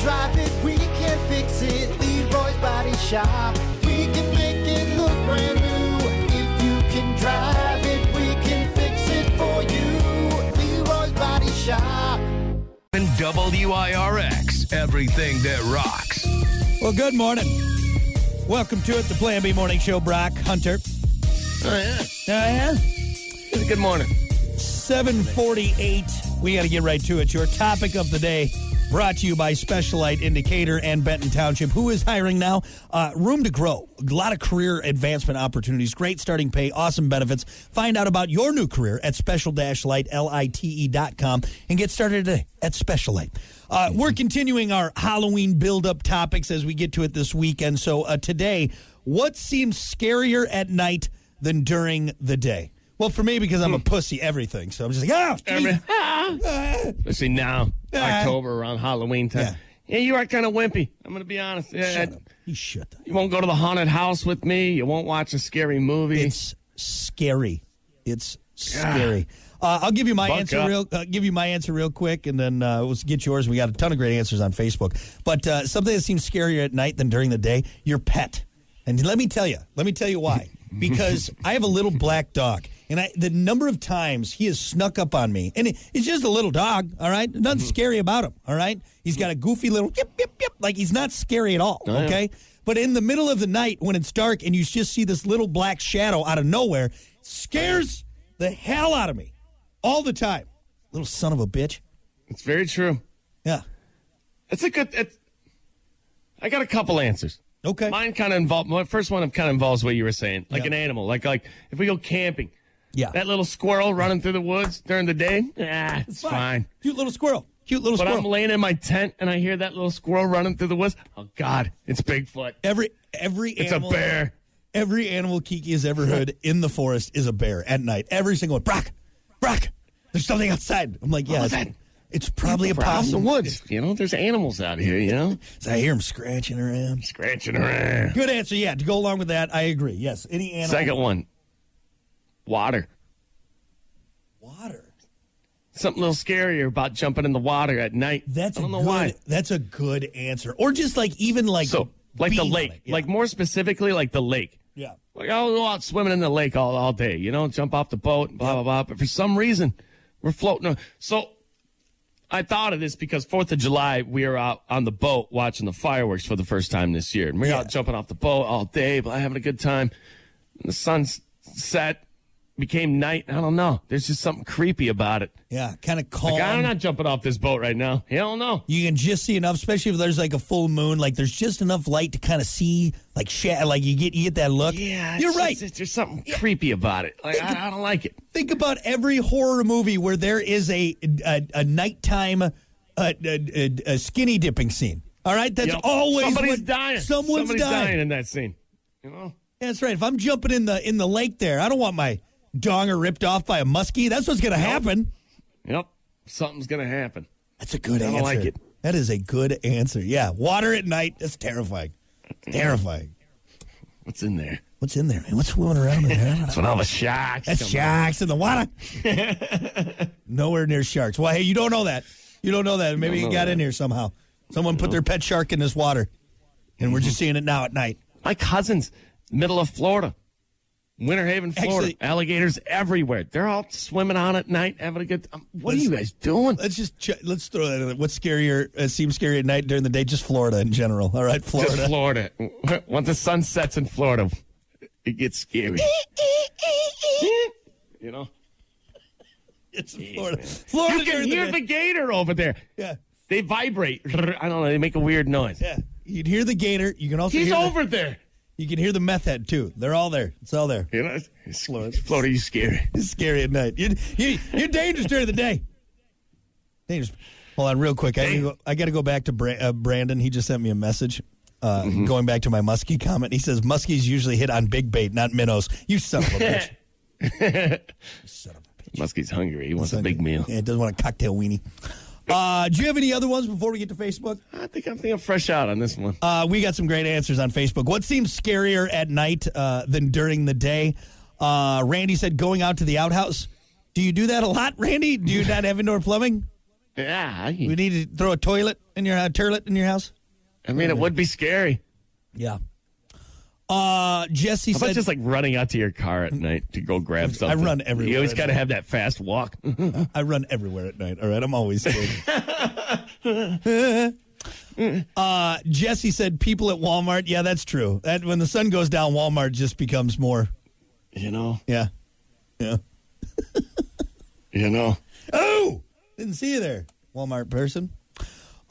drive it, we can fix it. Leroy's Body Shop. We can make it look brand new. If you can drive it, we can fix it for you. Leroy's Body Shop. And WIRX, everything that rocks. Well, good morning. Welcome to it, the Plan B Morning Show. Brock Hunter. Oh, yeah. Uh, yeah. It's a good morning. 748. We got to get right to it. Your topic of the day brought to you by Specialite Indicator and Benton Township. Who is hiring now? Uh, room to grow. A lot of career advancement opportunities. Great starting pay. Awesome benefits. Find out about your new career at special-lite.com E and get started today at Specialite. Uh, we're continuing our Halloween build-up topics as we get to it this weekend. So uh, today, what seems scarier at night than during the day? Well, for me, because I'm a pussy, everything. So I'm just like, oh, Every- Let's see now, October around Halloween time. Yeah, you are kind of wimpy. I'm going to be honest. Yeah, shut I- up. You shut up. you won't go to the haunted house with me. You won't watch a scary movie. It's scary. It's scary. Uh, I'll give you my Buck answer up. real. Uh, give you my answer real quick, and then uh, we'll get yours. We got a ton of great answers on Facebook. But uh, something that seems scarier at night than during the day: your pet. And let me tell you. Let me tell you why. Because I have a little black dog, and I, the number of times he has snuck up on me, and it, it's just a little dog. All right, nothing Mm-hmm. scary about him. All right, he's got a goofy little yip yip yip. Like he's not scary at all. Oh, yeah. Okay. But in the middle of the night when it's dark and you just see this little black shadow out of nowhere, scares the hell out of me all the time. Little son of a bitch. It's very true. Yeah. It's a good. It's, I got a couple answers. Okay. Mine kind of involve. My first one kind of involves what you were saying, like Yeah. an animal, like like if we go camping. Yeah. That little squirrel running through the woods during the day. Yeah, it's fine. Cute little squirrel. Cute little But squirrel. I'm laying in my tent and I hear that little squirrel running through the woods. Oh God, it's Bigfoot. every every It's animal a bear. every animal Kiki has ever heard in the forest is a bear at night. Every single one. Brock, Brock, there's something outside. I'm like, yeah, was it's, that? it's probably a We're out in the possum. woods. You know, there's animals out here. You know, So I hear him scratching around. scratching around. Good answer. Yeah, to go along with that, I agree. Yes, any animal. Second one, water. Water. Something a little scarier about jumping in the water at night. That's I don't a know good, why. That's a good answer. Or just like even like So, like the being on lake, it. Yeah. like more specifically, like the lake. yeah. Like I'll go out swimming in the lake all, all day, you know, jump off the boat, blah blah blah. But for some reason, we're floating. So I thought of this because Fourth of July, we were out on the boat watching the fireworks for the first time this year, and we're Yeah. out jumping off the boat all day, but having a good time. And the sun s- set, became night. I don't know. There's just something creepy about it. Yeah, kind of calm. Like, I'm not jumping off this boat right now. Hell no. you can just see enough, especially if there's like a full moon. Like there's just enough light to kind of see, like sha- like you get you get that look. it's you're just- right. it's- there's something creepy about it. Like I, I don't like it. Think about every horror movie where there is a a, a nighttime uh, uh uh uh skinny dipping scene. All right, that's You know, always somebody's what- dying. Someone's Somebody's dying. in that scene. You know, That's right. If I'm jumping in the in the lake there, I don't want my donger ripped off by a muskie. That's what's going to happen. yep, something's gonna happen. That's a good I don't answer. like it. That is a good answer. Yeah, water at night. That's terrifying. It's terrifying. What's in there? What's in there, man? What's swimming around in there? That's when all the sharks. That's come sharks in the water. Nowhere near sharks. Well, hey, you don't know that. You don't know that. Maybe Don't it know got that. in here somehow. Someone put their pet shark in this water, and we're just seeing it now at night. out. My cousins, middle of Florida, Winter Haven, Florida. Actually- Alligators everywhere. They're all swimming out at night, having a good. Um, what are you guys doing? Let's just ch- let's throw that. In there. What's scarier? Uh, seems scary at night during the day. Just Florida in general. All right, Florida. Just Florida. Once the sun sets in Florida, it gets scary. you know, It's Florida. Florida you can during the hear day. the gator over there. yeah, They vibrate. I don't know. They make a weird noise. yeah. You can hear the gator. You can also He's hear the- over there. you can hear the meth head too. They're all there. It's all there. You know, it's- it's Florida. Florida. Florida, you scary. It's scary at night. You, you, you're dangerous during the day. Dangerous. Hold on, real quick. I, gotta go, I got to go back to Bra- uh, Brandon. He just sent me a message. Uh, Mm-hmm. Going back to my muskie comment, he says muskies usually hit on big bait, not minnows. You son of a bitch. You son of a bitch. Muskie's hungry. He wants a big meal. Yeah, it doesn't want a cocktail weenie. Uh, do you have any other ones before we get to Facebook? I think I'm thinking fresh out on this one. Uh, we got some great answers on Facebook. What seems scarier at night uh, than during the day? Uh, Randy said going out to the outhouse. Do you do that a lot, Randy? Do you not have indoor plumbing? Yeah. We I, need to throw a toilet in your uh, turlet in your house. I mean, it would be scary. Yeah. Uh, Jesse How about said, just like running out to your car at night to go grab something? run everywhere You always at got to have that fast walk. "I run everywhere at night. All right, I'm always scared." uh, Jesse said, "People at Walmart. Yeah, that's true. That when the sun goes down, Walmart just becomes more. you know. Yeah, yeah. You know. Oh, didn't see you there, Walmart person."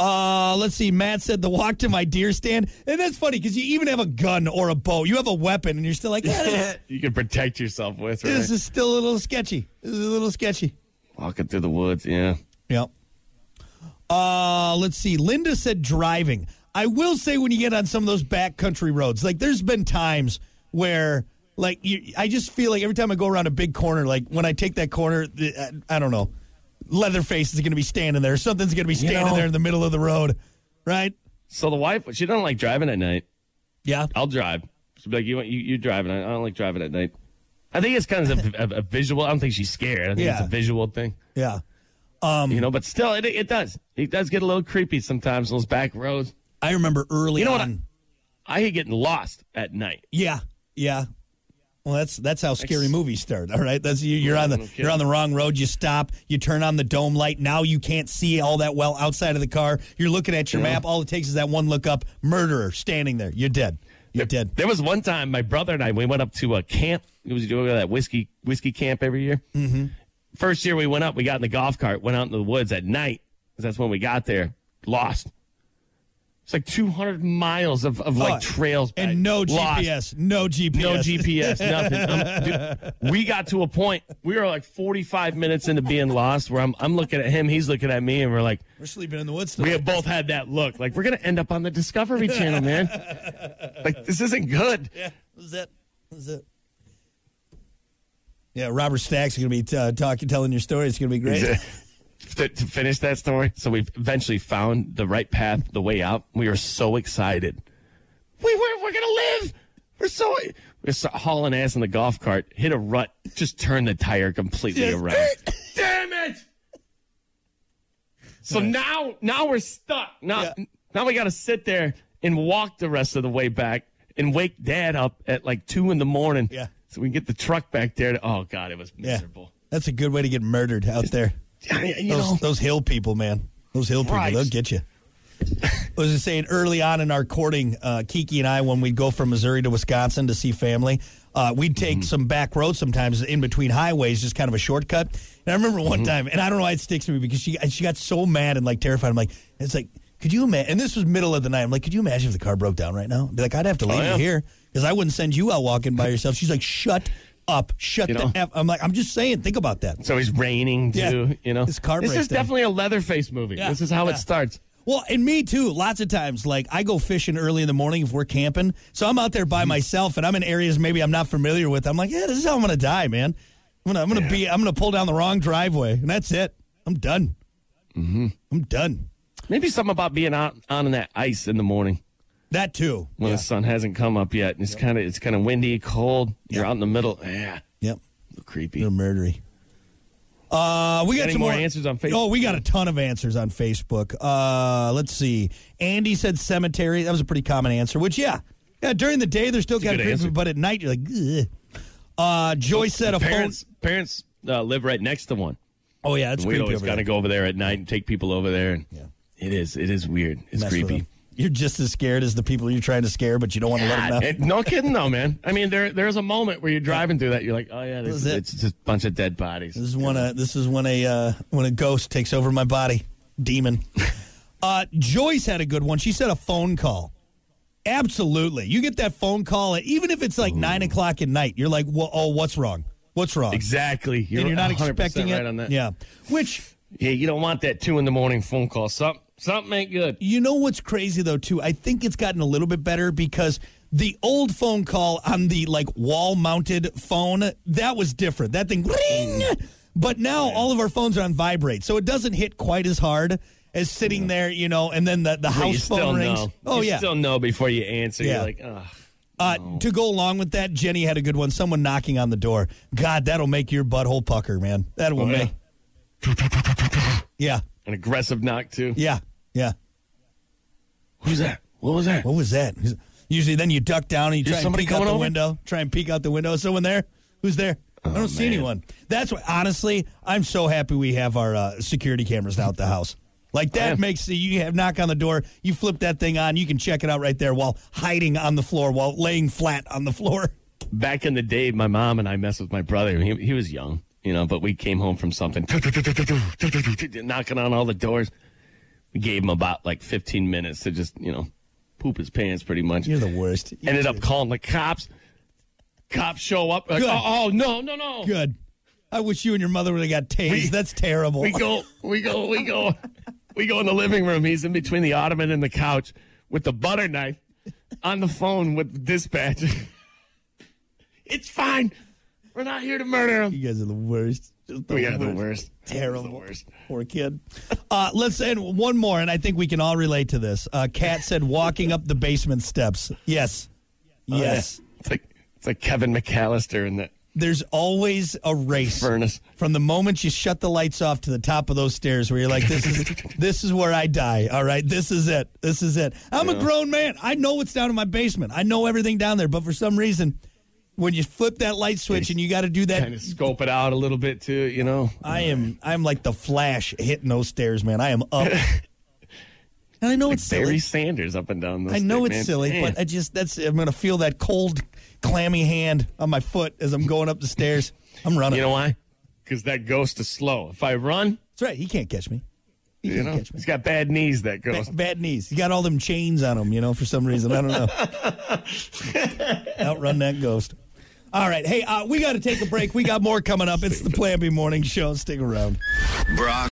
Uh, let's see. Matt said the walk to my deer stand, and that's funny because you even have a gun or a bow. You have a weapon, and you're still like, "Yeah, this, You can protect yourself with right? this is still a little sketchy. This is a little sketchy." walking through the woods. Yeah. Yep. Uh, let's see. Linda said driving. I will say when you get on some of those backcountry roads, like there's been times where like you, I just feel like every time I go around a big corner, like when I take that corner, the, uh, I, I don't know, Leatherface is going to be standing there. Something's going to be standing know- there in the middle of the road, right? So the wife, she doesn't like driving at night. Yeah. I'll drive. She'll be like, you want you you driving? I don't like driving at night. I think it's kind of a, a, a visual. I don't think she's scared. I think it's Yeah. a visual thing. Yeah. you know, but still, it it does. It does get a little creepy sometimes. Those back roads. I remember early You know what? on. I hate getting lost at night. Yeah, yeah. Well, that's that's how scary movies start. All right, that's you, you're on the you're on the wrong road. You stop. You turn on the dome light. Now you can't see all that well outside of the car. You're looking at your map. All it takes is that one look up. Murderer standing there. You're dead. You're dead. There was one time my brother and I we went up to a camp. It was doing that whiskey whiskey camp every year. Mm-hmm. First year we went up, we got in the golf cart, went out into the woods at night. 'cause That's when we got there. Lost. It's like 200 miles of, of like Oh, trails back. And no Lost. GPS. No GPS. No GPS, nothing. I'm- dude, we got to a point. We were like 45 minutes into being lost, where I'm I'm looking at him, he's looking at me, and we're like, We're sleeping in the woods. we tonight. have both had that look. Like we're gonna end up on the Discovery Channel, man. Like this isn't good. Yeah, this is it. This is it. Yeah, Robert Stack's going to be uh, talking, telling your story. It's going to be great. to, to finish that story, so we eventually found the right path, the way out. We were so excited. We were we're gonna live. We're so we're so, hauling ass in the golf cart. Hit a rut. Just turned the tire completely Yes. around. Damn it! So now now we're stuck. Now Yeah. now we gotta sit there and walk the rest of the way back and wake dad up at like two in the morning. Yeah. So we can get the truck back there. To, oh God, it was Yeah, miserable. that's a good way to get murdered out there. Yeah, you Those, know. those hill people, man. Those hill people, Christ. they'll get you. I was just saying early on in our courting, uh, Kiki and I, when we'd go from Missouri to Wisconsin to see family, uh, we'd Mm-hmm. take some back roads sometimes in between highways, just kind of a shortcut. And I remember Mm-hmm. one time, and I don't know why it sticks to me because she she got so mad and like terrified. I'm like, it's like, could you imagine? And this was middle of the night. I'm like, could you imagine if the car broke down right now? I'd be like, I'd have to leave Oh, yeah. you here because I wouldn't send you out walking by yourself. She's like, shut up, shut You the know? f. I'm like, I'm just saying, think about that. So he's raining too, Yeah. you know. His car this breaks is down. definitely a Leatherface movie. Yeah. This is how Yeah. it starts. Well, and me too. Lots of times, like I go fishing early in the morning if we're camping, so I'm out there by myself, and I'm in areas maybe I'm not familiar with. I'm like, yeah, this is how I'm gonna die, man. I'm gonna, I'm gonna be, I'm gonna pull down the wrong driveway, and that's it. I'm done. Mm-hmm. I'm done. Maybe something about being out on that ice in the morning That too. when Yeah. the sun hasn't come up yet, and it's kind of it's kind of windy, cold. You're out in the middle. Yeah, Yep. creepy. They're murdery. Uh, we got Any some more answers on Facebook? Oh, we got a ton of answers on Facebook. Uh, let's see. Andy said cemetery. That was a pretty common answer. Which, yeah, yeah. During the day, they're still a kind of good creepy, answer. but at night, you're like, Ugh. uh, Joyce said a phone. parents parents uh, live right next to one. Oh yeah, that's We creepy. always over got to there. go over there at night and take people over there. And Yeah. it is it is weird. It's Mess with creepy. them. You're just as scared as the people you're trying to scare, but you don't want to let God, them know. Ah, it- no kidding though, man. I mean, there there's a moment where you're driving through that. You're like, oh yeah, this, This is it. it's just a bunch of dead bodies. This is when a this is when a uh, when a ghost takes over my body, demon. uh, Joyce had a good one. She said a phone call. Absolutely, you get that phone call, and even if it's like nine o'clock at night, you're like, well, oh, what's wrong? What's wrong? Exactly. You're, And you're not 100% expecting right it. on that. Yeah, which Yeah, you don't want that two in the morning phone call. Something, something ain't good. You know what's crazy though too? I think it's gotten a little bit better because the old phone call on the like wall mounted phone, that was different. That thing ring. Mm. But now all of our phones are on vibrate, so it doesn't hit quite as hard as sitting there, you know, and then the, the But house you still phone rings. know. Oh you yeah. still know before you answer. Yeah. You're like, ugh. uh, to go along with that, Jenny had a good one. Someone knocking on the door. Oh, God, that'll make your butthole pucker, man. That will yeah. make. Yeah. An aggressive knock too. Yeah, yeah. Who's that? What was that? What was that? Usually, then you duck down and you Is try and somebody peek out coming the over? Oh, window. Try and peek out the window. Is someone there? Who's there? I don't see man. anyone. That's why. Honestly, I'm so happy we have our uh, security cameras now at the house. Like I that am. makes you have knock on the door. You flip that thing on. You can check it out right there while hiding on the floor, while laying flat on the floor. Back in the day, my mom and I messed with my brother. He, he was young, you know, but we came home from something, knocking on all the doors. We gave him about like 15 minutes to just, you know, poop his pants pretty much. You're the worst. You Ended two. up calling the cops. Cops show up. Like, Good. oh, oh, no, no, no. good. I wish you and your mother would have got tased. We- That's terrible. We go, we go, we go, we go in the living room. He's in between the ottoman and the couch with the butter knife on the phone with dispatch. it's fine. We're not here to murder him. you guys are the worst. Just We are the worst. Terrible. The worst. Poor kid. Uh, let's end one more, and I think we can all relate to this. Uh, Kat said walking up the basement steps. Yes. Oh, Yes. It's like it's like Kevin McAllister in the There's always a race furnace. from the moment you shut the lights off to the top of those stairs where you're like, this is this is where I die. All right, this is it. This is it. I'm a grown man. I know what's down in my basement. I know everything down there, but for some reason, when you flip that light switch and you got to do that Kind of scope it out a little bit too, you know. I am I'm like the flash hitting those stairs, man. I am up. and I know it's silly. Barry Sanders up and down. Those I know stairs, it's man. silly, Damn. but I just that's I'm gonna feel that cold, clammy hand on my foot as I'm going up the stairs. I'm running. you know why? Because that ghost is slow. If I run, that's right. He can't catch me. He you can't know, catch me. he's got bad knees. That Ba- ghost. bad knees. He got all them chains on him, you know, for some reason. I don't know. Outrun that ghost. All right. Hey, uh, we got to take a break. We got more coming up. It's the Plan B Morning Show. Stick around. Brock.